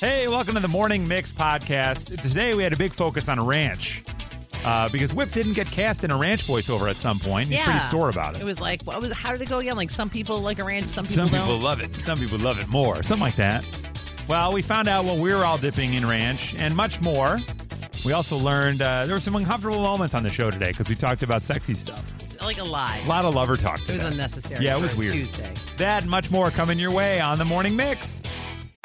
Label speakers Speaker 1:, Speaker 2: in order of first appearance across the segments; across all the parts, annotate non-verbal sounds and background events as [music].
Speaker 1: Hey, welcome to the Morning Mix podcast. Today we had a big focus on ranch uh, because Whip didn't get cast in a ranch voiceover at some point. He's pretty sore about it.
Speaker 2: It was like, what was, how did it go again? Like some people like a ranch, some people
Speaker 1: some
Speaker 2: don't.
Speaker 1: people love it. Some people love it more. Something like that. Well, we found out what we were all dipping in ranch and much more. We also learned uh, there were some uncomfortable moments on the show today because we talked about sexy stuff.
Speaker 2: like a lie.
Speaker 1: A lot of lover talk
Speaker 2: It
Speaker 1: today.
Speaker 2: was unnecessary.
Speaker 1: Yeah, it was
Speaker 2: for a
Speaker 1: weird.
Speaker 2: Tuesday.
Speaker 1: That and much more coming your way on the Morning Mix.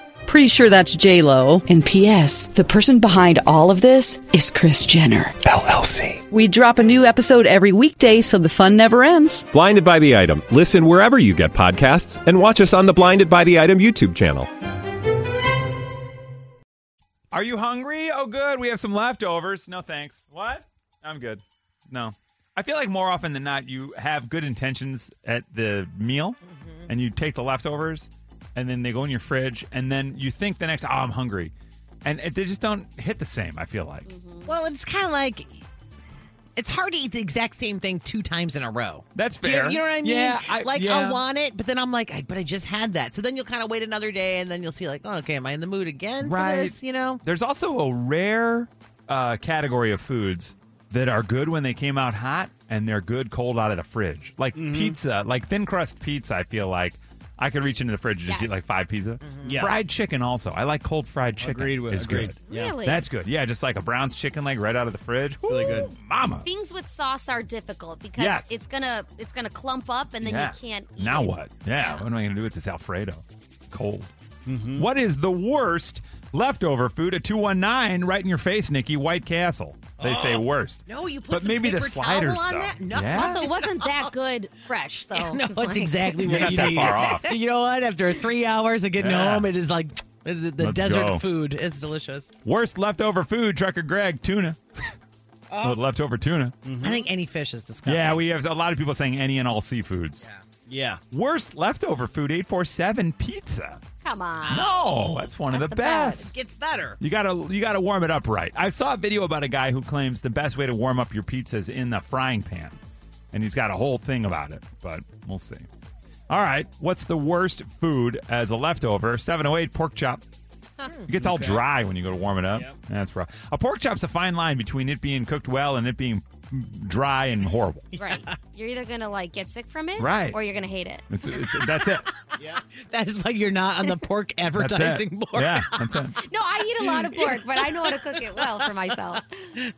Speaker 3: Pretty sure that's J Lo.
Speaker 4: And P.S. The person behind all of this is Chris Jenner.
Speaker 5: LLC.
Speaker 3: We drop a new episode every weekday, so the fun never ends.
Speaker 5: Blinded by the item. Listen wherever you get podcasts, and watch us on the Blinded by the Item YouTube channel.
Speaker 1: Are you hungry? Oh, good. We have some leftovers. No, thanks. What? I'm good. No. I feel like more often than not, you have good intentions at the meal
Speaker 2: Mm-hmm.
Speaker 1: and you take the leftovers and then they go in your fridge and then you think the next, oh, I'm hungry. And it, they just don't hit the same, I feel like.
Speaker 2: Well, it's kind of like it's hard to eat the exact same thing two times in a row.
Speaker 1: That's
Speaker 2: Do you-
Speaker 1: fair.
Speaker 2: You, know what I mean?
Speaker 1: Yeah, I-
Speaker 2: like
Speaker 1: yeah.
Speaker 2: I want it, but then I'm like, I, but I just had that. So then you'll kind of wait another day, and then you'll see like, oh, okay, am I in the mood again? for
Speaker 1: Right.
Speaker 2: this, you know.
Speaker 1: There's also a rare uh, category of foods that are good when they came out hot and they're good cold out of the fridge. Like
Speaker 6: Mm-hmm.
Speaker 1: pizza, like thin crust pizza, I feel like. I could reach into the fridge and just
Speaker 2: Yes.
Speaker 1: eat like five pizza.
Speaker 6: Mm-hmm. Yeah.
Speaker 1: Fried chicken also. I like cold fried chicken.
Speaker 6: Agreed with.
Speaker 1: is
Speaker 6: agreed.
Speaker 1: good.
Speaker 6: Yeah.
Speaker 7: Really?
Speaker 1: That's good. Yeah, just like a Brown's chicken leg right out of the fridge.
Speaker 6: Really
Speaker 1: Ooh,
Speaker 6: good.
Speaker 1: Mama.
Speaker 7: Things with sauce are difficult because
Speaker 1: Yes.
Speaker 7: it's gonna it's gonna clump up and then
Speaker 1: Yeah.
Speaker 7: you can't. Eat
Speaker 1: Now
Speaker 7: it.
Speaker 1: what? Yeah. What am I going to do with this Alfredo? Cold.
Speaker 6: Mm-hmm.
Speaker 1: What is the worst leftover food at 219 right in your face, Nikki? White Castle. They say
Speaker 6: Uh-huh.
Speaker 1: worst.
Speaker 2: No, you put
Speaker 1: But
Speaker 2: some
Speaker 1: maybe the
Speaker 2: paper towel
Speaker 1: sliders,
Speaker 2: on
Speaker 1: though.
Speaker 2: that? No.
Speaker 1: Yeah.
Speaker 7: Also, it wasn't that good fresh. So
Speaker 2: [laughs] no,
Speaker 7: it's
Speaker 2: it's
Speaker 7: like-
Speaker 2: exactly
Speaker 1: You're
Speaker 2: what
Speaker 1: not
Speaker 2: you
Speaker 1: that
Speaker 2: need.
Speaker 1: far off.
Speaker 2: [laughs] You know what? After three hours of getting
Speaker 1: Yeah.
Speaker 2: home, it is like the, the
Speaker 1: Let's
Speaker 2: desert
Speaker 1: go.
Speaker 2: food. It's delicious.
Speaker 1: Worst leftover food, Trucker Greg, tuna. Oh, leftover tuna.
Speaker 2: I think any fish is Mm, disgusting.
Speaker 1: Yeah, we have a lot of people saying any and all seafoods.
Speaker 6: Yeah.
Speaker 1: Worst leftover food, 847 pizza.
Speaker 7: Come on.
Speaker 1: No, that's one of
Speaker 7: That's
Speaker 1: the,
Speaker 7: the best.
Speaker 1: best.
Speaker 2: gets better.
Speaker 1: You gotta you gotta warm it up right. I saw a video about a guy who claims the best way to warm up your pizza is in the frying pan, and he's got a whole thing about it. But we'll see. All right, what's the worst food as a leftover? Seven oh eight pork chop.
Speaker 2: Hmm.
Speaker 1: It gets all dry when you go to warm it up. That's rough. A pork chop's a fine line between it being cooked well and it being dry and horrible.
Speaker 7: Right. You're either gonna like get sick from it,
Speaker 1: Right.
Speaker 7: or you're gonna hate it.
Speaker 1: It's, it's that's it.
Speaker 2: That is why you're not on the
Speaker 1: [laughs]
Speaker 2: [laughs] pork
Speaker 1: That's
Speaker 2: advertising
Speaker 1: it.
Speaker 2: board.
Speaker 1: Yeah, that's it.
Speaker 7: No, I eat a lot of pork, but I know how to cook it well for myself.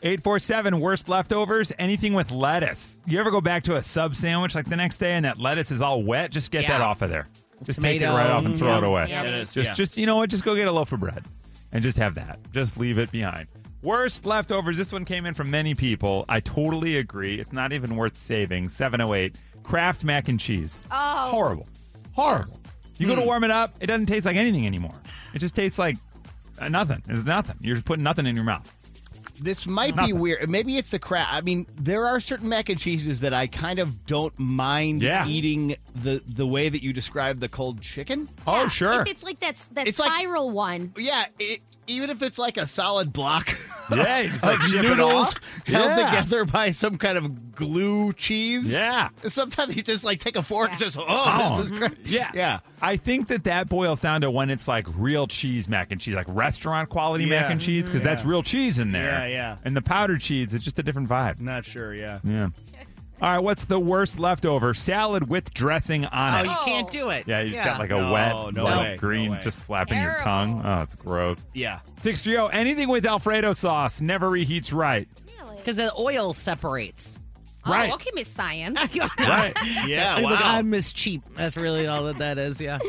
Speaker 1: 847 worst leftovers anything with lettuce you ever go back to a sub sandwich like the next day and that lettuce is all wet just get
Speaker 2: Yeah.
Speaker 1: that off of there just take it
Speaker 2: Tomato.
Speaker 1: right off and throw it
Speaker 2: Yeah.
Speaker 1: away
Speaker 7: Yeah, it
Speaker 6: is,
Speaker 1: just
Speaker 6: yeah.
Speaker 1: just you know what just go get a loaf of bread and just have that just leave it behind worst leftovers this one came in from many people i totally agree it's not even worth saving 708 kraft mac and cheese
Speaker 7: Oh.
Speaker 1: horrible horrible you go to warm it up it doesn't taste like anything anymore it just tastes like uh, nothing it's nothing you're just putting nothing in your mouth
Speaker 6: This might be weird. Maybe it's the crap. I mean, there are certain mac and cheeses that I kind of don't mind
Speaker 1: Yeah.
Speaker 6: eating the the way that you describe the cold chicken.
Speaker 1: [laughs] Oh,
Speaker 7: Yeah,
Speaker 1: sure.
Speaker 7: If it's like that, that
Speaker 6: It's like-
Speaker 7: spiral one.
Speaker 6: Yeah, it, even if it's like a solid block
Speaker 1: Yeah, you just like
Speaker 6: of
Speaker 1: chip it
Speaker 6: noodles
Speaker 1: off.
Speaker 6: held
Speaker 1: Yeah.
Speaker 6: together by some kind of glue cheese.
Speaker 1: Yeah.
Speaker 6: Sometimes you just like take a fork and just, oh,
Speaker 1: Oh.
Speaker 6: this is great.
Speaker 1: Yeah.
Speaker 6: Yeah.
Speaker 1: I think that that boils down to when it's like real cheese mac and cheese, like restaurant quality mac
Speaker 6: Yeah.
Speaker 1: and cheese, because that's real cheese in there.
Speaker 6: Yeah, yeah.
Speaker 1: And the powdered cheese, it's just a different vibe.
Speaker 6: Not sure, yeah.
Speaker 1: Yeah. All right, what's the worst leftover? Salad with dressing
Speaker 2: Oh,
Speaker 1: on it.
Speaker 2: you can't do it.
Speaker 1: Yeah, you just got like a
Speaker 6: No,
Speaker 1: wet,
Speaker 6: no
Speaker 1: like,
Speaker 6: way, no
Speaker 1: green
Speaker 6: way.
Speaker 1: just slapping your
Speaker 7: Terrible.
Speaker 1: tongue. Oh, it's gross.
Speaker 6: Yeah.
Speaker 1: 630, anything with Alfredo sauce never reheats right.
Speaker 7: Really?
Speaker 2: because the oil separates.
Speaker 1: Right.
Speaker 7: Oh, okay, Miss Science.
Speaker 1: Right.
Speaker 6: Yeah,
Speaker 2: Like,
Speaker 6: wow.
Speaker 2: I miss cheap. That's really all that that
Speaker 7: [laughs]
Speaker 2: is. Yeah.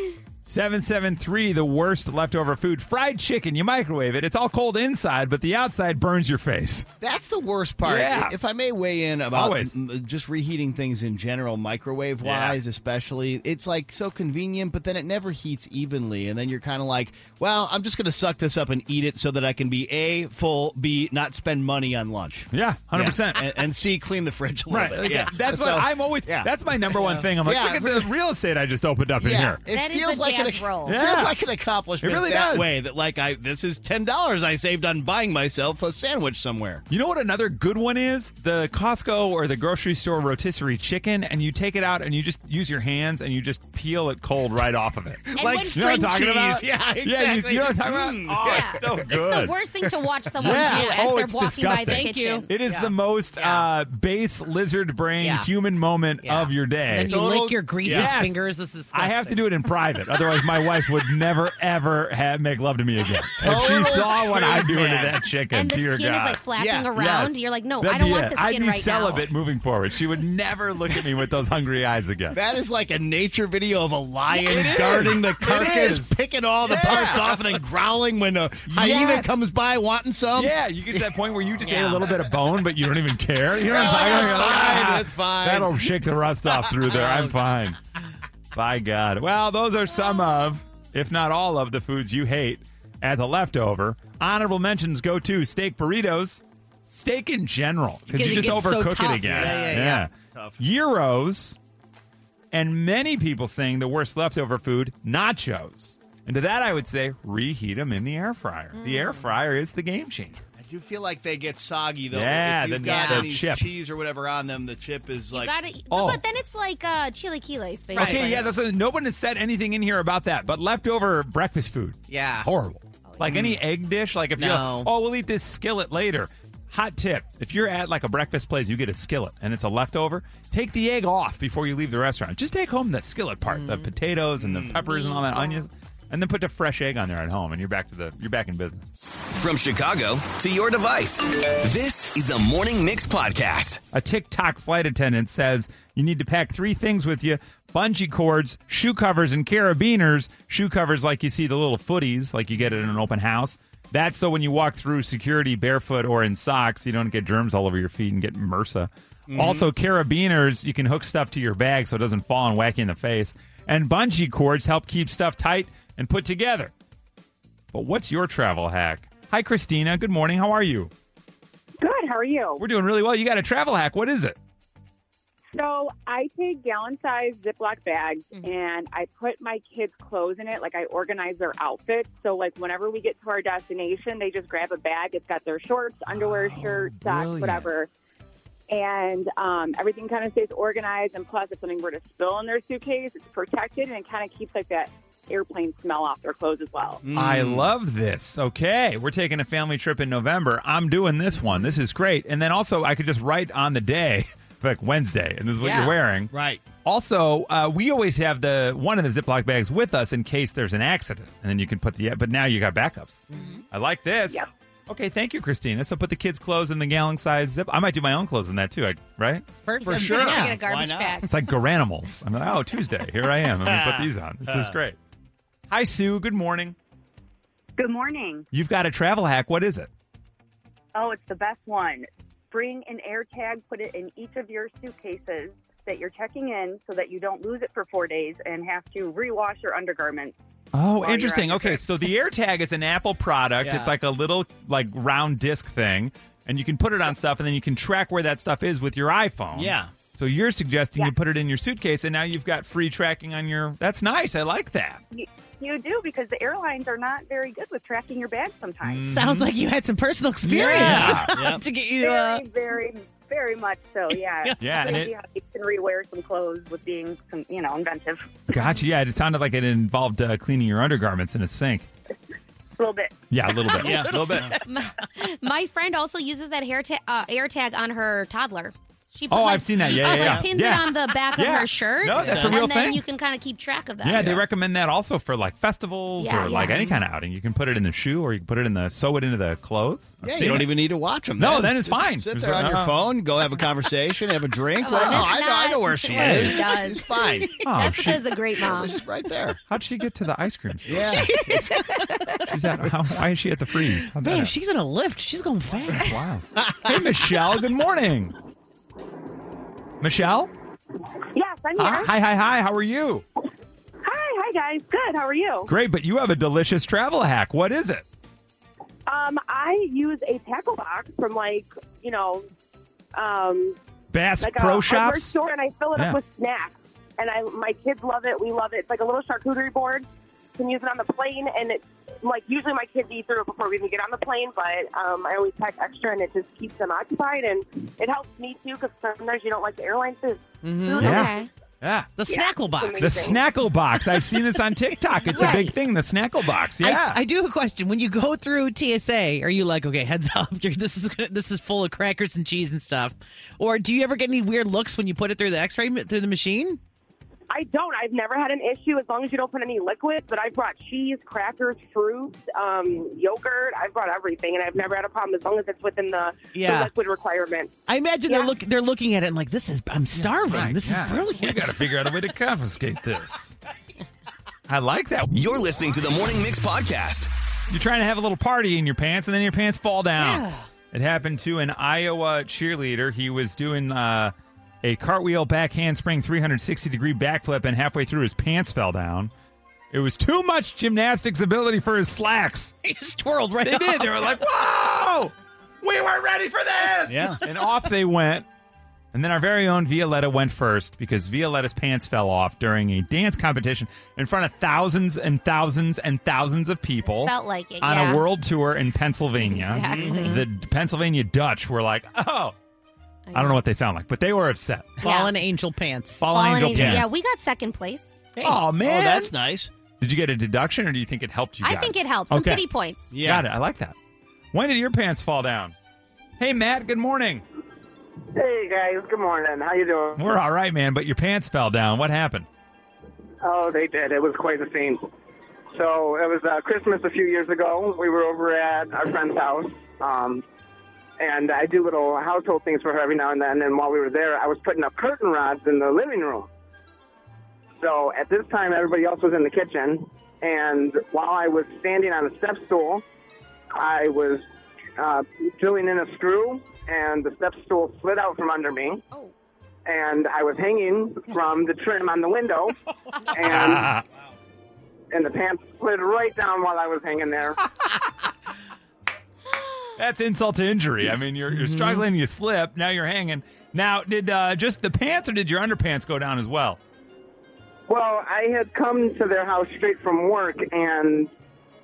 Speaker 1: 773, the worst leftover food. Fried chicken, you microwave it. It's all cold inside, but the outside burns your face.
Speaker 6: That's the worst part.
Speaker 1: Yeah.
Speaker 6: If I may weigh in about
Speaker 1: Always.
Speaker 6: m- just reheating things in general, microwave wise, especially, it's like so convenient, but then it never heats evenly. And then you're kind of like, well, I'm just going to suck this up and eat it so that I can be A, full, B, not spend money on lunch.
Speaker 1: Yeah, 100%.
Speaker 6: And, and C, clean the fridge a little
Speaker 1: Right.
Speaker 6: bit.
Speaker 1: like,
Speaker 6: Yeah.
Speaker 1: That's what
Speaker 6: So,
Speaker 1: I'm always,
Speaker 6: yeah.
Speaker 1: that's my number one thing. I'm like,
Speaker 6: Yeah.
Speaker 1: look at the real estate I just opened up in
Speaker 6: Yeah,
Speaker 1: here.
Speaker 6: it
Speaker 7: That is
Speaker 6: feels
Speaker 7: the
Speaker 6: like an
Speaker 7: dad's role.
Speaker 6: it
Speaker 1: Yeah.
Speaker 6: feels like an accomplishment
Speaker 1: It really
Speaker 6: that
Speaker 1: does.
Speaker 6: way. That like I this is ten dollars I saved on buying myself a sandwich somewhere.
Speaker 1: You know what another good one is? The Costco or the grocery store rotisserie chicken, and you take it out and you just use your hands and you just peel it cold right off of it.
Speaker 7: And
Speaker 6: Like
Speaker 7: when
Speaker 1: You know what I'm
Speaker 7: French- Mm.
Speaker 1: talking about?
Speaker 6: cheese. Yeah,
Speaker 1: [laughs] Yeah, you,
Speaker 6: exactly.
Speaker 1: you know what I'm talking about? Oh,
Speaker 7: Yeah.
Speaker 1: it's so good.
Speaker 7: the worst thing to watch someone
Speaker 1: Yeah.
Speaker 7: do as
Speaker 1: Oh,
Speaker 7: they're
Speaker 1: it's
Speaker 7: walking by the
Speaker 1: disgusting.
Speaker 2: Thank you.
Speaker 7: kitchen.
Speaker 1: It is the most uh, base lizard brain
Speaker 2: Yeah.
Speaker 1: human moment
Speaker 2: Yeah.
Speaker 1: of your day.
Speaker 2: Then you
Speaker 6: Total-
Speaker 2: lick your greasy
Speaker 1: Yes.
Speaker 2: fingers. This is.
Speaker 1: I have to do it in private, otherwise my wife would never ever have, make love to me again. If she
Speaker 6: Total
Speaker 1: saw what I'm doing to
Speaker 6: caveman.
Speaker 1: that chicken,
Speaker 7: And the
Speaker 1: dear
Speaker 7: skin is
Speaker 1: God.
Speaker 7: like flapping
Speaker 6: Yeah.
Speaker 7: around.
Speaker 1: Yes.
Speaker 7: You're like, no,
Speaker 1: That'd
Speaker 7: I don't
Speaker 1: be
Speaker 7: want
Speaker 1: it.
Speaker 7: the skin
Speaker 1: I'd be
Speaker 7: right
Speaker 1: celibate moving forward. She would never look at me with those hungry eyes again.
Speaker 6: That is like a nature video of a lion guarding the
Speaker 1: is.
Speaker 6: carcass, picking all the parts off, and then growling when a hyena
Speaker 1: Yes.
Speaker 6: comes by wanting some.
Speaker 1: yeah, you get to that point where you just ate a little bit of bone, but you don't even
Speaker 2: [laughs]
Speaker 1: care. You know what I'm talking
Speaker 6: That's
Speaker 1: about?
Speaker 6: fine,
Speaker 1: Ah,
Speaker 6: that's fine.
Speaker 1: That'll shake the rust off through there.
Speaker 2: [laughs]
Speaker 1: I'm fine. By God. Well, those are some of, if not all of, the foods you hate as a leftover. Honorable mentions go to steak burritos, steak in general, because you
Speaker 2: It
Speaker 1: just
Speaker 2: gets so
Speaker 1: overcook
Speaker 2: tough.
Speaker 1: it again.
Speaker 2: Yeah, yeah,
Speaker 1: Euros, and many people saying the worst leftover food, nachos. And to that, I would say reheat them in the air fryer. The
Speaker 2: Mm.
Speaker 1: air fryer is the game changer.
Speaker 6: I do feel like they get soggy though.
Speaker 1: Yeah,
Speaker 6: if you've
Speaker 1: the-
Speaker 6: got
Speaker 1: the
Speaker 6: any
Speaker 1: chip.
Speaker 6: cheese or whatever on them, the chip is
Speaker 7: now.
Speaker 6: like.
Speaker 7: You gotta,
Speaker 1: Oh.
Speaker 7: But then it's like uh, chilaquiles, basically.
Speaker 1: Okay, yeah, that's no one has said anything in here about that, but leftover breakfast food.
Speaker 2: Yeah.
Speaker 1: Horrible.
Speaker 6: Oh,
Speaker 1: Like any egg dish, like if you're
Speaker 2: No.
Speaker 1: like, oh, we'll eat this skillet later. Hot tip. If you're at like a breakfast place, you get a skillet and it's a leftover, take the egg off before you leave the restaurant. Just take home the skillet part, the
Speaker 6: Mm.
Speaker 1: potatoes and the peppers and all that onions, and then put the fresh egg on there at home and you're back to the you're back in business.
Speaker 8: From Chicago to your device, this is the Morning Mix Podcast.
Speaker 1: A TikTok flight attendant says you need to pack three things with you bungee cords, shoe covers, and carabiners. Shoe covers, like you see the little footies, like you get at an open house. That's so when you walk through security barefoot or in socks, you don't get germs all over your feet and get MRSA. Mm-hmm. Also, carabiners, you can hook stuff to your bag so it doesn't fall and whack you in the face. And bungee cords help keep stuff tight and put together. But what's your travel hack? Hi, Christina. Good morning. How are you?
Speaker 9: Good. How are you?
Speaker 1: We're doing really well. You got a travel hack. What is it?
Speaker 9: So I take gallon-sized Ziploc bags
Speaker 1: Mm-hmm.
Speaker 9: and I put my kids' clothes in it. Like I organize their outfits. So like whenever we get to our destination, they just grab a bag. It's got their shorts, underwear,
Speaker 1: Oh,
Speaker 9: shirt, socks,
Speaker 1: brilliant.
Speaker 9: whatever. And um, everything kind of stays organized. And plus, if something were to spill in their suitcase, it's protected and it kind of keeps like that airplane smell off their clothes as well.
Speaker 1: Mm. I love this. Okay, we're taking a family trip in November. I'm doing this one. This is great. And then also, I could just write on the day, [laughs] like Wednesday, and this is what you're
Speaker 2: Yeah.
Speaker 1: wearing.
Speaker 6: Right.
Speaker 1: Also, uh, we always have the one of the Ziploc bags with us in case there's an accident, and then you can put the. But now you got backups. I like this.
Speaker 9: Yep.
Speaker 1: Okay, thank you, Christina. So put the kids' clothes in the gallon size zip. I might do my own clothes in that too. I, right?
Speaker 6: For
Speaker 7: You're
Speaker 6: sure.
Speaker 7: gonna
Speaker 2: Yeah.
Speaker 7: get a garbage
Speaker 6: not?
Speaker 7: bag.
Speaker 1: It's like Garanimals. I'm like, oh, Tuesday, here I am. I'm gonna put these on. This is great. Hi, Sue. Good morning.
Speaker 9: Good morning.
Speaker 1: You've got a travel hack. What is it?
Speaker 9: Oh, it's the best one. Bring an air tag, put it in each of your suitcases that you're checking in so that you don't lose it for four days and have to rewash your undergarments.
Speaker 1: Oh,
Speaker 9: you're
Speaker 1: interesting.
Speaker 9: at your
Speaker 1: Okay, so the AirTag is an Apple product.
Speaker 6: Yeah.
Speaker 1: It's like a little like round disc thing. and you can put it on stuff, and then you can track where that stuff is with your iPhone.
Speaker 6: Yeah.
Speaker 1: So you're suggesting you put it in your suitcase, and now you've got free tracking on your. That's nice. I like that.
Speaker 9: You, you do because the airlines are not very good with tracking your bag sometimes.
Speaker 1: Mm-hmm.
Speaker 2: Sounds like you had some personal experience
Speaker 1: Yeah. Yep.
Speaker 2: to get you. Uh,
Speaker 9: very, very, very much
Speaker 2: [laughs]
Speaker 9: so. Yeah.
Speaker 1: Yeah, and it-
Speaker 9: yeah, you can rewear some clothes with being, some, you know,
Speaker 1: [laughs]
Speaker 9: inventive
Speaker 1: Gotcha. Yeah, it sounded like it involved uh, cleaning your undergarments in a sink.
Speaker 9: a little bit.
Speaker 1: Yeah, a
Speaker 7: [laughs]
Speaker 1: little bit.
Speaker 6: [laughs] Yeah, a little bit.
Speaker 1: [laughs]
Speaker 7: My friend also uses that hair ta- uh, air tag on her toddler. She
Speaker 1: Oh,
Speaker 7: like,
Speaker 1: I've seen that.
Speaker 7: she
Speaker 1: Yeah,
Speaker 7: put,
Speaker 1: yeah,
Speaker 7: like,
Speaker 1: yeah.
Speaker 7: pins
Speaker 1: Yeah.
Speaker 7: it on the back
Speaker 1: Yeah.
Speaker 7: of her shirt.
Speaker 1: No, that's a real
Speaker 7: and then
Speaker 1: thing.
Speaker 7: you can kind of keep track of that.
Speaker 1: Yeah, they recommend that also for like festivals
Speaker 7: Yeah,
Speaker 1: or like
Speaker 7: yeah.
Speaker 1: any kind of outing. You can put it in the shoe or you can put it in the sew it into the clothes. I've
Speaker 6: Yeah,
Speaker 1: seen
Speaker 6: you don't
Speaker 1: it.
Speaker 6: even need to watch them.
Speaker 1: No, then it's
Speaker 6: Just
Speaker 1: fine.
Speaker 6: Sit
Speaker 1: Just
Speaker 6: there on
Speaker 1: like,
Speaker 6: your
Speaker 1: oh.
Speaker 6: phone, go have a conversation, have a drink.
Speaker 7: Come on,
Speaker 6: Well, no,
Speaker 7: that's
Speaker 6: I, know, I know
Speaker 7: not [laughs]
Speaker 6: where she
Speaker 7: what she
Speaker 6: is.
Speaker 7: does. [laughs]
Speaker 6: It's fine.
Speaker 1: Oh,
Speaker 7: That's
Speaker 1: she-
Speaker 7: because a great
Speaker 1: [laughs]
Speaker 7: mom.
Speaker 6: She's right there.
Speaker 1: how'd she get to the ice cream? Store?
Speaker 6: Yeah.
Speaker 1: [laughs] She's at, how, why is she at the freeze? How'd that
Speaker 2: man,
Speaker 1: happen?
Speaker 2: she's in a lift. She's going fast.
Speaker 1: wow. hey, Michelle. Good morning. Michelle.
Speaker 9: Yes, I'm here.
Speaker 1: Hi, hi, hi, hi. How are you?
Speaker 9: Hi, hi guys. Good. How are you?
Speaker 1: Great, but you have a delicious travel hack. What is it?
Speaker 9: Um, I use a tackle box from like you know, um,
Speaker 1: Bass
Speaker 9: like
Speaker 1: Pro
Speaker 9: a hardware
Speaker 1: Shops.
Speaker 9: store, and I fill it
Speaker 1: Yeah.
Speaker 9: up with snacks. And I, my kids love it. We love it. It's like a little charcuterie board. You can use it on the plane, and it's like usually my kids eat through it before we even get on the plane. But um, I always pack extra, and it just keeps them occupied, and it helps me too because sometimes you don't like the airline food.
Speaker 2: Mhm.
Speaker 1: Yeah.
Speaker 7: Okay.
Speaker 1: Yeah.
Speaker 2: The
Speaker 9: Yeah.
Speaker 2: snackle box.
Speaker 1: The snackle box. I've seen this on TikTok. It's a big
Speaker 7: Right.
Speaker 1: thing. The snackle box.
Speaker 2: I-
Speaker 1: Yeah.
Speaker 2: I, do have a question. When you go through TSA, are you like, okay, heads up, [laughs] you're, this is gonna, this is full of crackers and cheese and stuff, or do you ever get any weird looks when you put it through the X-ray ma- through the machine?
Speaker 9: I don't. I've never had an issue as long as you don't put any liquids. But I brought cheese, crackers, fruits, um, yogurt. I brought everything, and I've never had a problem as long as it's within the, the
Speaker 2: Yeah.
Speaker 9: liquid requirement.
Speaker 2: I imagine
Speaker 9: Yeah.
Speaker 2: they're look they're looking at it and like, this is I'm starving.
Speaker 1: Right,
Speaker 2: this
Speaker 1: yeah.
Speaker 2: is brilliant.
Speaker 1: We got to figure out a way to confiscate this. I like that.
Speaker 8: You're listening to the Morning Mix podcast.
Speaker 1: You're trying to have a little party in your pants, and then your pants fall down.
Speaker 2: Yeah.
Speaker 1: It happened to an Iowa cheerleader. He was doing uh, a cartwheel back handspring, 360 degree backflip, and halfway through, his pants fell down. It was too much gymnastics ability for his slacks.
Speaker 2: They just twirled right. [laughs]
Speaker 1: They
Speaker 2: off.
Speaker 1: did. They were like, "Whoa, we weren't ready for this."
Speaker 6: Yeah.
Speaker 1: [laughs] and off they went. And then our very own Violetta went first because Violetta's pants fell off during a dance competition in front of thousands and thousands and thousands of people
Speaker 7: Felt like it.
Speaker 1: on
Speaker 7: yeah.
Speaker 1: a world tour in Pennsylvania.
Speaker 7: Exactly.
Speaker 1: The Pennsylvania Dutch were like, "Oh, I don't know what they sound like, but they were upset."
Speaker 2: Fallen angel pants.
Speaker 1: Fallen,
Speaker 7: Fallen
Speaker 1: angel,
Speaker 7: angel.
Speaker 1: pants.
Speaker 7: Yeah, we got second place.
Speaker 1: oh man,
Speaker 6: Oh, that's nice.
Speaker 1: Did you get a deduction, or do you think it helped you?
Speaker 7: I
Speaker 1: guys?
Speaker 7: think it helps. Some
Speaker 1: Okay.
Speaker 7: pity points.
Speaker 6: Yeah.
Speaker 1: Got it. I like that. When did your pants fall down? Hey, Matt. Good morning.
Speaker 9: Hey guys, good morning. How you doing?
Speaker 1: We're all right, man, but your pants fell down. What happened?
Speaker 9: Oh, they did. It was quite a scene. So it was uh, Christmas a few years ago. We were over at our friend's house, um, and I do little household things for her every now and then. And while we were there, I was putting up curtain rods in the living room. So at this time, everybody else was in the kitchen, and while I was standing on a step stool, I was uh, drilling in a screw, and the step stool slid out from under me. And I was hanging from the trim on the window, and
Speaker 1: Ah,
Speaker 9: and the pants slid right down while I was hanging there.
Speaker 1: that's insult to injury. I mean, you're, you're struggling, you slip, now you're hanging. Now, did uh, just the pants or did your underpants go down as well?
Speaker 9: well, I had come to their house straight from work, and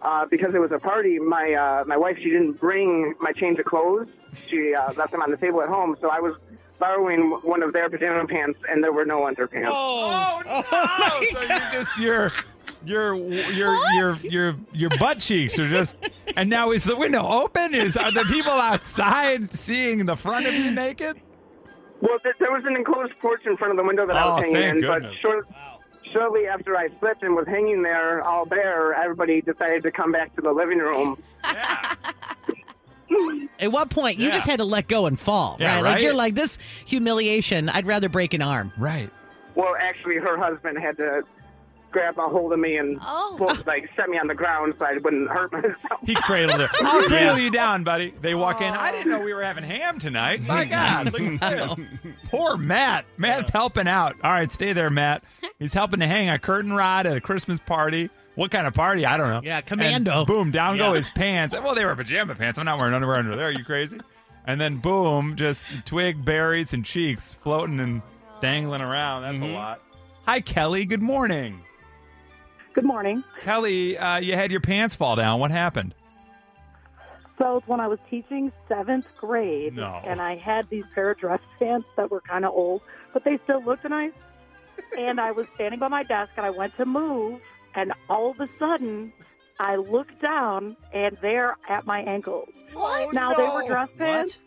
Speaker 9: uh, because it was a party, my uh, my wife she didn't bring my change of clothes. She uh, left them on the table at home, so I was borrowing one of their pajama pants, and there were no underpants.
Speaker 1: Oh, no! so you're just your your your
Speaker 7: What?
Speaker 1: your your your butt cheeks are just. And now is the window open? Is are the people outside seeing the front of you naked?
Speaker 9: Well, th- there was an enclosed porch in front of the window that I
Speaker 1: Oh,
Speaker 9: was hanging
Speaker 1: thank
Speaker 9: in,
Speaker 1: goodness.
Speaker 9: but short, shortly after I slipped and was hanging there all bare, everybody decided to come back to the living room.
Speaker 2: At what point you
Speaker 1: Yeah.
Speaker 2: just had to let go and fall,
Speaker 1: Yeah,
Speaker 2: right?
Speaker 1: right?
Speaker 2: Like you're like this humiliation. I'd rather break an arm.
Speaker 1: Right.
Speaker 9: Well, actually, her husband had to grab a hold of me and
Speaker 7: Oh.
Speaker 9: pull, like set me on the ground so I wouldn't hurt [laughs] myself.
Speaker 1: He cradled her. I'll cradle you down, buddy. They walk in. I didn't know we were having ham tonight.
Speaker 5: [laughs]
Speaker 1: My God, look
Speaker 10: [laughs]
Speaker 1: at this. Poor Matt. Matt's helping out. All right, stay there,
Speaker 2: [laughs]
Speaker 1: Matt. He's helping to hang a curtain rod at a Christmas party. What kind of party? I don't know.
Speaker 2: Yeah, commando.
Speaker 1: And boom, down go
Speaker 6: Yeah.
Speaker 1: his pants. Well, they were pajama pants. I'm not wearing underwear under there. Are you crazy? and then boom, just twig, berries, and cheeks floating and dangling around. That's
Speaker 2: Mm-hmm.
Speaker 1: a lot. Hi, Kelly. Good morning.
Speaker 11: Good morning.
Speaker 1: Kelly, uh, you had your pants fall down.
Speaker 11: [laughs]
Speaker 1: What happened?
Speaker 11: So when I was teaching seventh grade,
Speaker 1: No.
Speaker 11: and I had these pair of dress [laughs] pants that were kind of old, but they still looked nice. and I was standing by my desk, and I went to move, and all of a sudden, I looked down, and they're at my ankles.
Speaker 12: What?
Speaker 11: Now they were dress pants,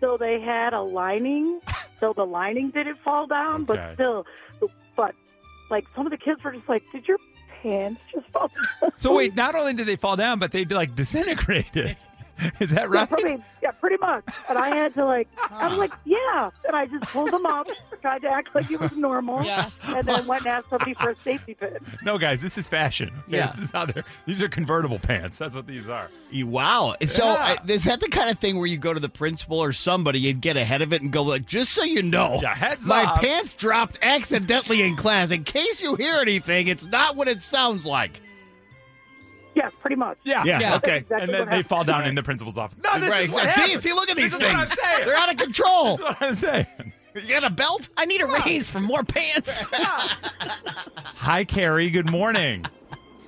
Speaker 11: so they had a
Speaker 1: [laughs]
Speaker 11: lining, so the lining didn't fall down,
Speaker 1: Okay.
Speaker 11: but still, but like some of the kids were just like, "Did your pants just fall down?"
Speaker 1: So wait, not only did they fall down, but they like disintegrated. Is that right?
Speaker 11: Yeah, pretty, yeah, pretty much. And I had to like, I was like, yeah. And I just pulled them up, tried to act like it was normal, and then went and asked somebody for a safety pin.
Speaker 1: No, guys, this is fashion. [laughs] Okay?
Speaker 6: Yeah.
Speaker 1: This is how they're, these are convertible pants. That's what these are. E
Speaker 6: You- Wow. So
Speaker 1: Yeah.
Speaker 6: uh, is that the kind of thing where you go to the principal or somebody and get ahead of it and go like, just so you know,
Speaker 1: Yeah, heads
Speaker 6: my
Speaker 1: up."
Speaker 6: pants dropped accidentally in class. In case you hear anything, it's not what it sounds like.
Speaker 11: Yeah, pretty much.
Speaker 1: Yeah.
Speaker 6: Yeah. Okay.
Speaker 1: and then they fall down in the principal's office. No, this
Speaker 6: Right,
Speaker 1: is what
Speaker 6: see,
Speaker 1: happened.
Speaker 6: see, look at
Speaker 1: This
Speaker 6: these
Speaker 1: is
Speaker 6: things.
Speaker 1: What I'm saying.
Speaker 6: They're out of control.
Speaker 1: That's what I'm saying.
Speaker 6: You got a belt?
Speaker 2: I need a raise for
Speaker 1: [laughs]
Speaker 2: more pants.
Speaker 1: Hi, Carrie. Good morning.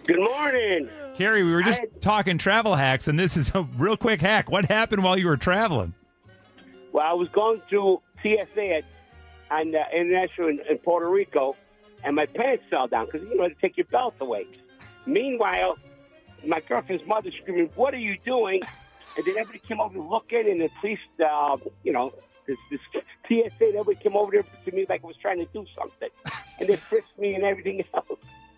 Speaker 13: Good morning.
Speaker 1: Carrie, we were just talking travel hacks, and this is a real quick hack. What happened while you were traveling?
Speaker 13: Well, I was going through TSA at, on uh, International in, in Puerto Rico, and my pants fell down because you know they take your belt away. Meanwhile, my girlfriend's mother screaming, "What are you doing?" And then everybody came over to look in, and the police, uh, you know, this, this [laughs] TSA, everybody came over there to me like I was trying to do something, and they frisked me and everything [laughs] else.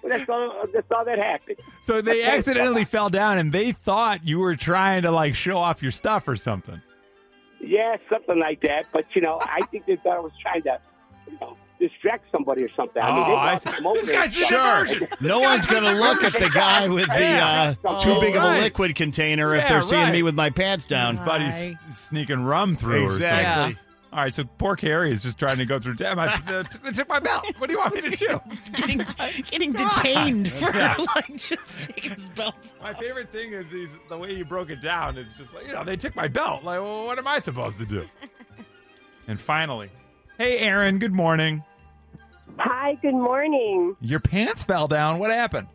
Speaker 13: But that's all. That's all that happened.
Speaker 1: So they
Speaker 6: [laughs]
Speaker 1: accidentally fell down, and they thought you were trying to like show off your stuff or something.
Speaker 13: Yeah, something like that. But you know, I think they thought I was trying to, you know, distract somebody or something. I mean,
Speaker 6: Oh,
Speaker 13: they
Speaker 6: I
Speaker 13: thought
Speaker 6: see.
Speaker 13: I'm over
Speaker 6: This
Speaker 13: there
Speaker 6: guy's
Speaker 13: and
Speaker 6: a
Speaker 13: stuff.
Speaker 6: diversion. No one's going to look at the guy with the uh,
Speaker 13: Yeah.
Speaker 6: too big of
Speaker 1: Right.
Speaker 6: a liquid container if
Speaker 1: Yeah,
Speaker 6: they're seeing
Speaker 1: right. [laughs]
Speaker 6: me with my pants down.
Speaker 1: His buddy's s- sneaking rum through. Or
Speaker 6: Exactly.
Speaker 1: something. All right, so poor Carrie is just trying to go through.
Speaker 6: [laughs]
Speaker 1: Damn, I [laughs] uh, t- they took my belt. What do you want me to do?
Speaker 2: [laughs]
Speaker 1: [laughs]
Speaker 2: getting, getting detained for
Speaker 1: Yeah.
Speaker 2: like just taking his belt.
Speaker 1: My favorite thing is these, the way
Speaker 2: [laughs]
Speaker 1: you broke it down. It's just like, you know, they took my belt. Like, well, what am I supposed to do? and finally, hey, Aaron, good morning.
Speaker 14: Hi, good morning.
Speaker 1: Your pants fell down. What happened?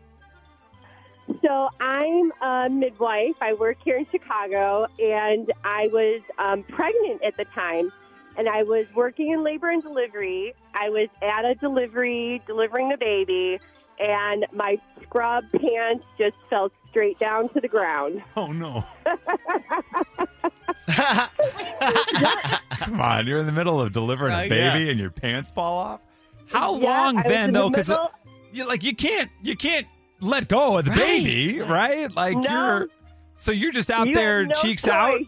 Speaker 14: So I'm a midwife. I work here in Chicago, and I was um, pregnant at the time. And I was working in labor and delivery. I was at a delivery, delivering the baby, and my scrub pants just fell straight down to the ground.
Speaker 1: Oh, no. Come on, you're in the middle of delivering a
Speaker 14: Right,
Speaker 1: baby
Speaker 14: yeah.
Speaker 1: and your pants fall off. How
Speaker 14: Yeah,
Speaker 1: long
Speaker 14: I was
Speaker 1: then
Speaker 14: in the
Speaker 1: though? Because
Speaker 14: middle-
Speaker 1: you like you can't you can't let go of the baby, right? Like
Speaker 14: No.
Speaker 1: you're so you're just out
Speaker 14: You
Speaker 1: there,
Speaker 14: have no
Speaker 1: cheeks
Speaker 14: choice.
Speaker 1: out.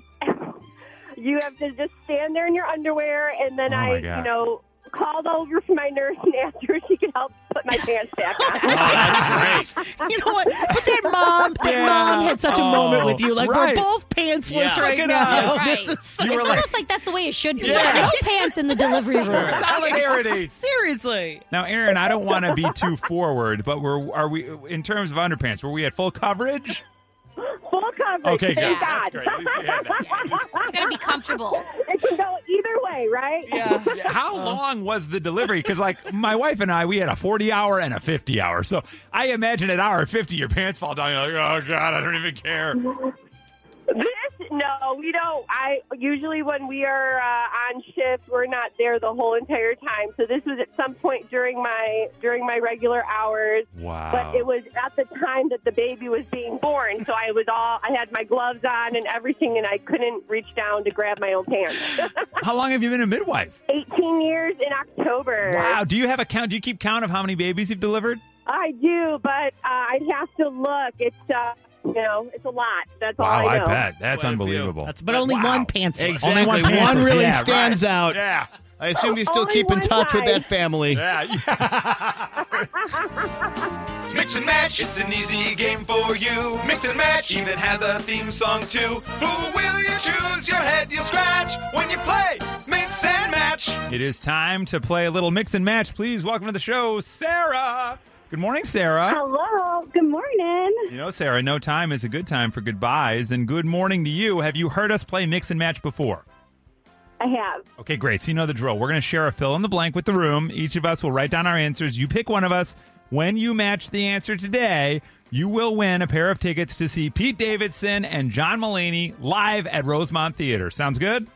Speaker 14: You have to just stand there in your underwear, and then
Speaker 1: Oh, my
Speaker 14: I,
Speaker 1: God.
Speaker 14: you know, called over for my nurse and asked her if she could help put my pants back on.
Speaker 2: [laughs] You know what? But that mom, that
Speaker 14: Yeah.
Speaker 2: mom had such a moment
Speaker 1: Oh,
Speaker 2: with you. Like
Speaker 1: right.
Speaker 2: we're both pantsless
Speaker 1: Yeah.
Speaker 2: right
Speaker 1: Look at
Speaker 2: now. [laughs]
Speaker 1: us. Right.
Speaker 2: This is
Speaker 1: You
Speaker 7: it's
Speaker 1: were like-
Speaker 7: almost like that's the way it should be.
Speaker 1: Yeah.
Speaker 7: No pants in the
Speaker 1: [laughs]
Speaker 7: delivery room.
Speaker 1: Solidarity.
Speaker 2: Seriously.
Speaker 1: Now, Aaron, I don't want to be too forward, but we're are we in terms of underpants? Were we at full [laughs] coverage?
Speaker 14: Full coverage.
Speaker 1: Okay, good.
Speaker 14: thank
Speaker 1: That's
Speaker 14: God.
Speaker 1: great. At least we had that.
Speaker 14: gotta
Speaker 15: [laughs]
Speaker 14: be comfortable. It can go either way, right?
Speaker 2: Yeah.
Speaker 1: [laughs] How long was the delivery? Because like my wife and I, we had a forty hour and a fifty hour. So I imagine at hour fifty, your pants fall down. You're like, oh god, I don't even [laughs] care.
Speaker 14: This no, we don't. I usually when we are uh, on shift, we're not there the whole entire time. So this was at some point during my during my regular hours.
Speaker 1: Wow.
Speaker 14: But it was at the time that the baby was being born, so I was all I had my gloves on and everything, and I couldn't reach down to grab my own pants.
Speaker 1: How long have you been a midwife?
Speaker 14: Eighteen years in October.
Speaker 1: Wow. Do you have a count? Do you keep count of how many babies you've delivered?
Speaker 14: I do, but uh, I'd have to look. It's uh, you know, it's a lot. That's
Speaker 1: Oh,
Speaker 14: all I know.
Speaker 1: That's unbelievable.
Speaker 2: That's but only one pantsless.
Speaker 6: Exactly. One,
Speaker 1: pantsless.
Speaker 6: really
Speaker 1: Yeah, right.
Speaker 6: stands out.
Speaker 1: Yeah.
Speaker 6: I assume you still
Speaker 14: Only
Speaker 6: keep in
Speaker 14: one
Speaker 6: touch with
Speaker 14: guy.
Speaker 6: that family.
Speaker 1: Yeah.
Speaker 10: Mix and match, it's an easy game for you. Mix and match even has a theme song too. Who will you choose? Your head you'll scratch when you play Mix and Match.
Speaker 1: It is time to play a little mix and match. Please welcome to the show, Sarah. Good morning, Sarah.
Speaker 15: Hello. Good morning.
Speaker 1: You know, Sarah, no time is a good time for goodbyes, and good morning to you. Have you heard us play mix and match before?
Speaker 15: I have.
Speaker 1: Okay, great. So you know the drill. We're going to share a fill in the blank with the room. Each of us will write down our answers. You pick one of us. When you match the answer today, you will win a pair of tickets to see Pete Davidson and John Mullaney live at Rosemont Theater. Sounds good?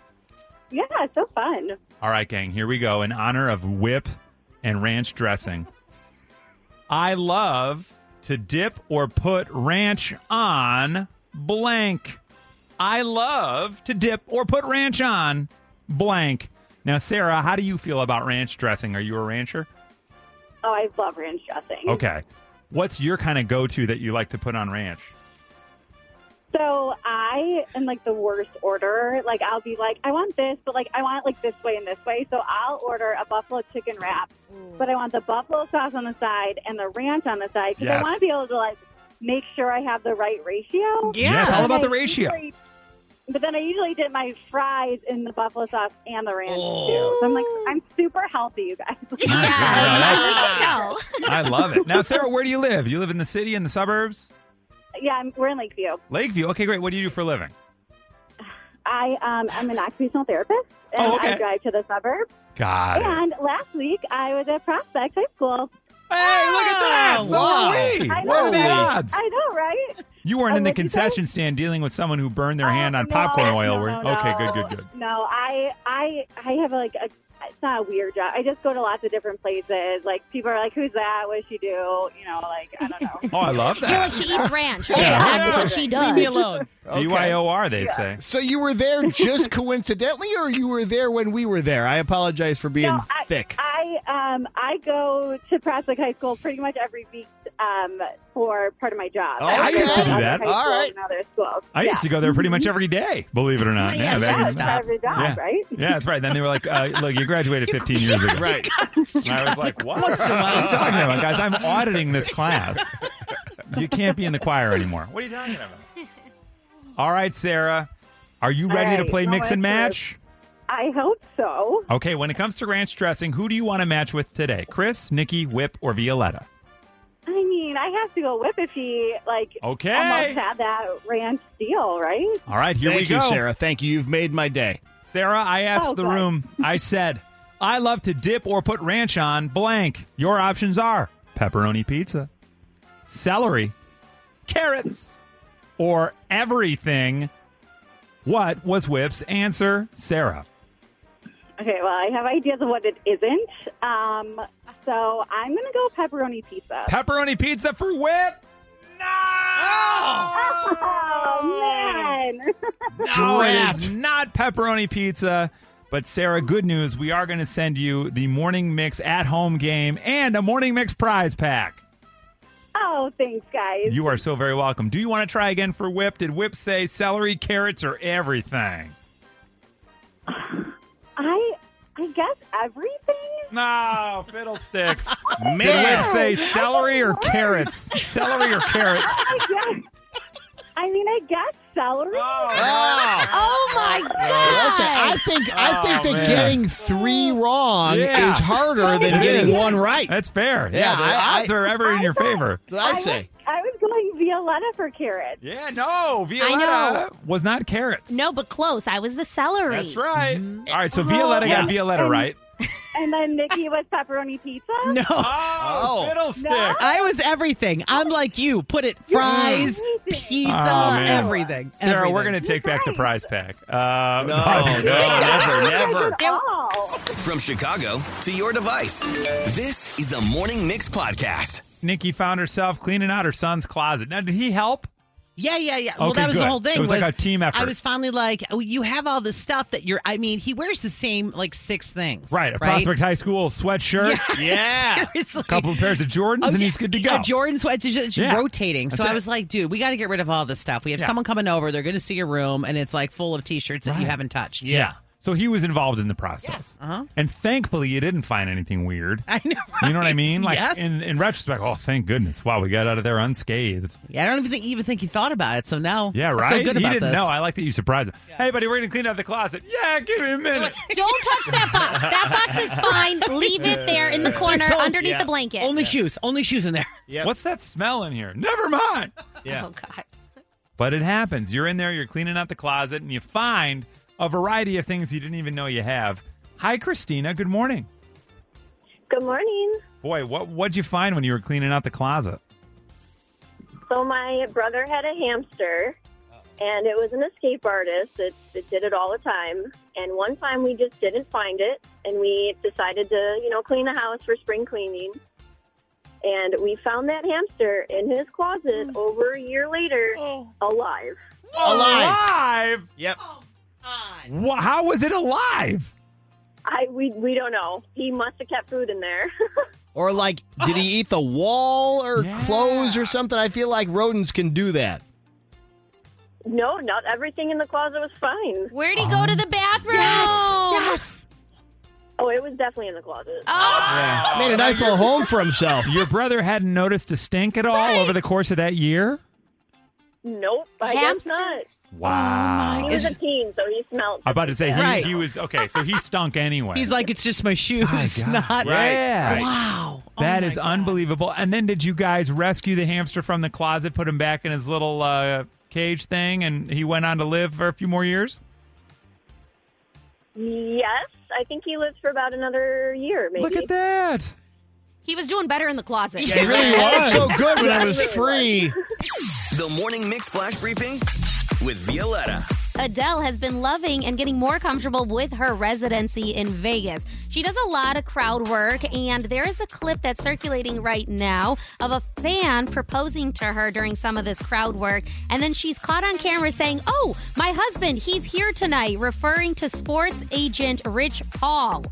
Speaker 15: Yeah, it's so fun.
Speaker 1: All right, gang, here we go. In honor of whip and ranch dressing, I love to dip or put ranch on blank. I love to dip or put ranch on blank. Now, Sarah, how do you feel about ranch dressing? Are you a rancher?
Speaker 15: Oh, I love ranch dressing.
Speaker 1: Okay. What's your kind of go to that you like to put on ranch?
Speaker 15: So I am like the worst order. Like I'll be like, I want this, but like I want it like this way and this way. So I'll order a buffalo chicken wrap, but I want the buffalo sauce on the side and the ranch on the side because I
Speaker 1: Yes.
Speaker 15: want to be able to like make sure I have the right ratio.
Speaker 1: Yeah. Yeah, it's all
Speaker 15: But
Speaker 1: about the
Speaker 15: I
Speaker 1: ratio.
Speaker 15: usually- But then I usually did my fries in the buffalo sauce and the ranch
Speaker 1: Oh.
Speaker 15: too. So I'm like, I'm super healthy, you guys. [laughs]
Speaker 1: Yeah, I love it. Now, Sarah, where do you live? You live in the city, in the suburbs?
Speaker 15: Yeah, I'm, we're in Lakeview.
Speaker 1: Lakeview. Okay, great. What do you do for a living?
Speaker 15: I um, I'm an occupational therapist, and
Speaker 1: Oh, okay.
Speaker 15: I drive to the suburbs.
Speaker 1: Got it.
Speaker 15: And last week, I was at Prospect High School.
Speaker 1: Hey, look at that! So are we.
Speaker 15: I know,
Speaker 1: What are the
Speaker 15: right?
Speaker 1: odds?
Speaker 15: I know, right?
Speaker 1: You weren't in the concession stand dealing with someone who burned
Speaker 15: Oh,
Speaker 1: their hand on popcorn oil. were you? okay, good, good, good.
Speaker 15: No, I, I, I have like a. It's not a weird job. I just go to lots of different places. Like people are like, "Who's that? What does she do?" You know, like I don't know.
Speaker 1: Oh, I love that.
Speaker 7: You're like, she eats ranch.
Speaker 1: Yeah.
Speaker 7: Yeah, that's what she
Speaker 1: Leave
Speaker 7: does.
Speaker 1: me alone. BYOR, they say.
Speaker 6: So you were there just [laughs] coincidentally, or you were there when we were there? I apologize for being
Speaker 15: I,
Speaker 6: thick.
Speaker 15: I um I go to Prospect High School pretty much every week um for part of my job.
Speaker 1: Oh, I used to do
Speaker 15: Prospect
Speaker 1: that.
Speaker 15: High
Speaker 1: All
Speaker 15: School
Speaker 1: right.
Speaker 15: and other schools.
Speaker 1: I used to go there pretty much every day, believe it or not.
Speaker 15: Yeah, yeah,
Speaker 1: back
Speaker 15: yeah,
Speaker 1: in-
Speaker 15: it's part of your job, right?
Speaker 1: Yeah, that's right. Then they were like, uh, look, you
Speaker 15: [laughs]
Speaker 1: graduated 15 years ago.
Speaker 6: Right.
Speaker 1: And I was like, what? What are you talking about, guys? I'm auditing this class. You can't be in the choir anymore. What are you talking about? All right, Sarah. Are you ready
Speaker 15: All
Speaker 1: to
Speaker 15: right,
Speaker 1: play
Speaker 15: no
Speaker 1: mix and
Speaker 15: answers.
Speaker 1: match?
Speaker 15: I hope so.
Speaker 1: Okay, when it comes to ranch dressing, who do you want to match with today? Chris, Nikki, Whip, or Violetta?
Speaker 15: I mean, I have to go whip if he like
Speaker 1: Okay.
Speaker 15: almost had that ranch deal, right?
Speaker 1: All right, here
Speaker 6: Thank
Speaker 1: we go.
Speaker 6: you, Sarah. Thank you. You've made my day.
Speaker 1: Sarah, I asked
Speaker 15: Oh,
Speaker 1: the
Speaker 15: God.
Speaker 1: room. I said, I love to dip or put ranch on blank. Your options are pepperoni pizza, celery, carrots, or everything. What was Whip's answer, Sarah?
Speaker 15: Okay, well, I have ideas of what it isn't. Um, so I'm gonna go pepperoni pizza.
Speaker 1: Pepperoni pizza for Whip.
Speaker 15: oh man!
Speaker 1: No, it is not pepperoni pizza. But Sarah, good news. We are going to send you the morning mix at home game and a morning mix prize pack.
Speaker 15: oh, thanks, guys.
Speaker 1: You are so very welcome. Do you want to try again for whip? Did whip say celery, carrots, or everything?
Speaker 15: I I guess everything.
Speaker 1: No,
Speaker 15: [laughs]
Speaker 1: fiddlesticks. Did
Speaker 15: Man.
Speaker 1: whip say celery or carrots? Celery or carrots?
Speaker 15: I guess. I mean, I guess celery.
Speaker 6: Oh.
Speaker 7: my
Speaker 6: Listen, I
Speaker 7: god!
Speaker 6: think I think
Speaker 1: Oh,
Speaker 6: that
Speaker 1: man.
Speaker 6: getting three wrong
Speaker 1: Yeah.
Speaker 6: is harder than
Speaker 1: It
Speaker 6: getting
Speaker 1: is.
Speaker 6: one right.
Speaker 1: That's fair. Yeah,
Speaker 6: Yeah,
Speaker 1: the
Speaker 6: I-
Speaker 1: odds are ever in your favor.
Speaker 6: What did I say?
Speaker 15: I was going Violetta for carrots.
Speaker 1: Yeah,
Speaker 7: know.
Speaker 1: no, Violetta was not carrots.
Speaker 7: No, but close. I was the celery.
Speaker 1: That's right. All right, so Violetta got
Speaker 15: Yeah.
Speaker 1: Violetta right.
Speaker 15: And then Nikki was pepperoni pizza.
Speaker 2: No.
Speaker 1: Oh, fiddlesticks.
Speaker 2: I was everything. I'm like you. Put it fries,
Speaker 15: Mm-hmm.
Speaker 2: pizza,
Speaker 1: Oh, man.
Speaker 2: everything.
Speaker 1: Sarah,
Speaker 2: everything.
Speaker 1: we're going to take back the prize pack. Uh,
Speaker 6: Oh, No,
Speaker 1: [laughs]
Speaker 6: no, [laughs] never, never.
Speaker 15: Oh.
Speaker 8: From Chicago to your device, this is the Morning Mix Podcast.
Speaker 1: Nikki found herself cleaning out her son's closet. Now, did he help?
Speaker 2: Yeah, yeah, yeah. well,
Speaker 1: Okay,
Speaker 2: that was
Speaker 1: good.
Speaker 2: the whole thing.
Speaker 1: It was like a team effort.
Speaker 2: I was finally like, oh, you have all this stuff that you're. I mean, he wears the same like six things.
Speaker 1: Right, a Prospect High School sweatshirt,
Speaker 2: [laughs]
Speaker 6: Yeah.
Speaker 2: Seriously.
Speaker 1: a couple of pairs of Jordans,
Speaker 2: Oh,
Speaker 1: and
Speaker 2: yeah,
Speaker 1: he's good to go.
Speaker 2: A Jordan sweat it's just
Speaker 1: Yeah.
Speaker 2: rotating. So
Speaker 1: That's
Speaker 2: I
Speaker 1: it.
Speaker 2: was like, dude, we got to get rid of all this stuff. We have
Speaker 1: Yeah.
Speaker 2: someone coming over. They're going to see your room, and it's like full of t-shirts that
Speaker 1: Right.
Speaker 2: you haven't touched.
Speaker 1: yeah. So he was involved in the process.
Speaker 2: Uh huh.
Speaker 1: And thankfully, you didn't find anything weird.
Speaker 2: I know.
Speaker 1: You know what I mean? Like
Speaker 2: Yes.
Speaker 1: in, in retrospect, oh, thank goodness. Wow, we got out of there unscathed.
Speaker 2: Yeah, I don't even think, even think he thought about it. So now,
Speaker 1: Yeah,
Speaker 2: I feel
Speaker 1: right?
Speaker 2: good
Speaker 1: he
Speaker 2: about
Speaker 1: didn't
Speaker 2: this.
Speaker 1: know. I like that you surprised him. Hey, buddy, we're going to clean out the closet. Yeah, give me a minute.
Speaker 7: Don't touch that box. That box is
Speaker 6: [laughs]
Speaker 7: fine. Leave it there in the corner
Speaker 2: It's all-
Speaker 7: underneath
Speaker 6: yeah.
Speaker 7: the blanket.
Speaker 2: only shoes, only shoes in there.
Speaker 6: Yep.
Speaker 1: What's that smell in here? Never mind.
Speaker 6: [laughs] Yeah.
Speaker 7: Oh god.
Speaker 1: But it happens. You're in there, you're cleaning out the closet, and you find a variety of things you didn't even know you have. Hi, Christina. Good morning.
Speaker 12: Good morning.
Speaker 1: Boy, what what'd you find when you were cleaning out the closet?
Speaker 12: So my brother had a hamster, and it was an escape artist. It, it did it all the time. And one time we just didn't find it, and we decided to, you know, clean the house for spring cleaning. And we found that hamster in his closet over a year later, alive.
Speaker 1: Alive.
Speaker 6: Yep.
Speaker 1: Wha- How was it alive?
Speaker 12: I we we don't know. He must have kept food in there.
Speaker 6: Or like, did he eat the
Speaker 1: [gasps]
Speaker 6: wall or clothes or something? I feel like rodents can do that.
Speaker 12: no, not everything in the closet was fine.
Speaker 7: Where'd he go to the bathroom? Yes. Yes.
Speaker 12: Oh, it was definitely in the closet.
Speaker 7: Oh.
Speaker 6: Made a nice little
Speaker 1: [laughs]
Speaker 6: home for himself.
Speaker 1: Your brother hadn't noticed a stink at all over the course of that year?
Speaker 12: Nope, I guess not.
Speaker 6: Oh
Speaker 1: Wow.
Speaker 12: He was a teen, so he smelled.
Speaker 1: I'm about to say he,
Speaker 12: Right.
Speaker 1: he was okay, so he stunk anyway.
Speaker 2: He's like, it's just my shoes, [laughs] not.
Speaker 1: yeah.
Speaker 2: Wow. Oh
Speaker 1: That is unbelievable. And then did you guys rescue the hamster from the closet, put him back in his little uh, cage thing, and he went on to live for a few more years?
Speaker 12: Yes, I think he lived for about another year, maybe.
Speaker 1: Look at that.
Speaker 7: He was doing better in the closet.
Speaker 6: Yeah,
Speaker 7: [laughs]
Speaker 6: he really was so good when I was free.
Speaker 8: The Morning Mix Flash Briefing with Violetta.
Speaker 7: Adele has been loving and getting more comfortable with her residency in Vegas. She does a lot of crowd work, and there is a clip that's circulating right now of a fan proposing to her during some of this crowd work. And then she's caught on camera saying, Oh, my husband, he's here tonight, referring to sports agent Rich Paul.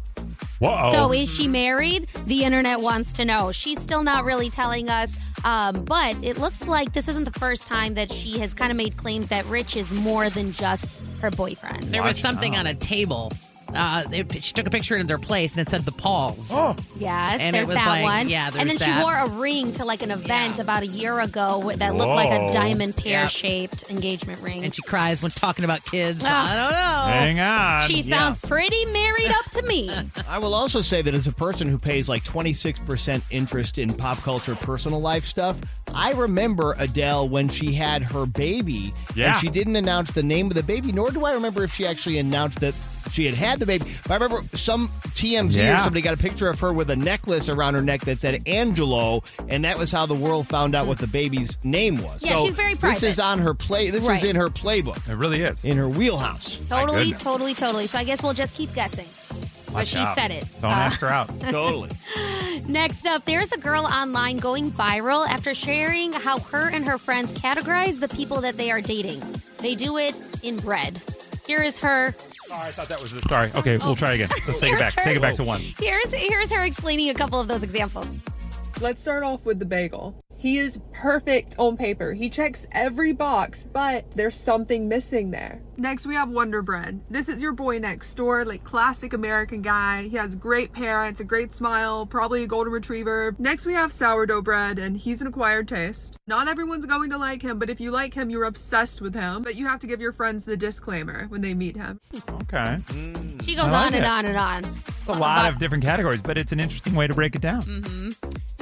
Speaker 1: Whoa.
Speaker 7: So is she married? The internet wants to know. She's still not really telling us, um, but it looks like this isn't the first time that she has kind of made claims that Rich is more than just her boyfriend.
Speaker 2: There was something on a table. Uh, it, she took a picture in their place, and it said the Pauls. Oh,
Speaker 7: Yes,
Speaker 2: And it
Speaker 7: there's
Speaker 2: was
Speaker 7: that
Speaker 2: like-
Speaker 7: one.
Speaker 2: yeah,
Speaker 7: and then
Speaker 2: there's
Speaker 7: she
Speaker 2: that.
Speaker 7: wore a ring to like an event about a year ago with- that looked like a
Speaker 2: Whoa.
Speaker 7: diamond pear
Speaker 2: Yep.
Speaker 7: shaped engagement ring.
Speaker 2: and she cries when talking about kids.
Speaker 7: Ah.
Speaker 2: I don't
Speaker 1: Hang
Speaker 2: know.
Speaker 1: on.
Speaker 7: She sounds pretty married up to me.
Speaker 2: [laughs]
Speaker 6: I will also say that as a person who pays like 26% interest in pop culture personal life stuff, I remember Adele when she had her baby.
Speaker 1: Yeah.
Speaker 6: And she didn't announce the name of the baby, nor do I remember if she actually announced that she had had the baby. But I remember some TMZ or
Speaker 1: Yeah.
Speaker 6: somebody got a picture of her with a necklace around her neck that said Angelo, and that was how the world found out what the baby's name was.
Speaker 7: Yeah,
Speaker 6: so
Speaker 7: she's very
Speaker 6: This is
Speaker 7: private.
Speaker 6: on her play. This
Speaker 7: Right.
Speaker 6: is in her playbook.
Speaker 1: It really is.
Speaker 6: In her wheelhouse.
Speaker 7: Totally, totally, totally. So I guess we'll just keep guessing. but she said it.
Speaker 1: Don't
Speaker 7: Uh,
Speaker 1: ask her out.
Speaker 6: [laughs] totally.
Speaker 7: Next up, there's a girl online going viral after sharing how her and her friends categorize the people that they are dating. They do it in bread. Here is her.
Speaker 1: Sorry, Oh, I thought that was the. Sorry. Okay, we'll try again. Let's take it back. Take it back to one.
Speaker 7: Here's here's her explaining a couple of those examples.
Speaker 16: Let's start off with the bagel. He is perfect on paper. He checks every box, but there's something missing there. Next, we have Wonder Bread. This is your boy next door, like classic American guy. He has great parents, a great smile, probably a golden retriever. Next, we have sourdough bread, and he's an acquired taste. Not everyone's going to like him, but if you like him, you're obsessed with him. But you have to give your friends the disclaimer when they meet him.
Speaker 1: Okay.
Speaker 2: Mm.
Speaker 7: She goes
Speaker 1: I like
Speaker 7: on and
Speaker 1: it.
Speaker 7: on and on.
Speaker 1: It's a lot of different categories, but it's an interesting way to break it down.
Speaker 7: hmm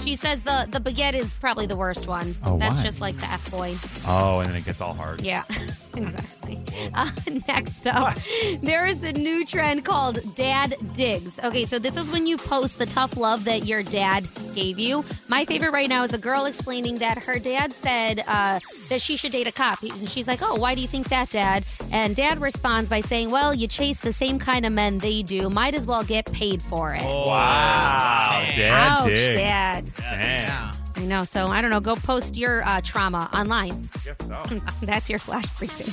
Speaker 7: She says the the baguette is probably the worst one.
Speaker 1: Oh,
Speaker 7: That's
Speaker 1: why?
Speaker 7: just like the f boy.
Speaker 2: Mm.
Speaker 1: Oh, and then it gets all hard.
Speaker 7: Yeah, [laughs] exactly. Uh, next up, there is a new trend called dad digs. Okay, so this is when you post the tough love that your dad gave you. My favorite right now is a girl explaining that her dad said uh, that she should date a cop. And she's like, oh, why do you think that, dad? And dad responds by saying, well, you chase the same kind of men they do. Might as well get paid for it.
Speaker 1: Wow. Dad
Speaker 7: Ouch,
Speaker 1: digs.
Speaker 7: Dad.
Speaker 1: Dang.
Speaker 7: I know. So I don't know. Go post your uh, trauma online.
Speaker 1: Guess
Speaker 7: [laughs] That's your flash briefing.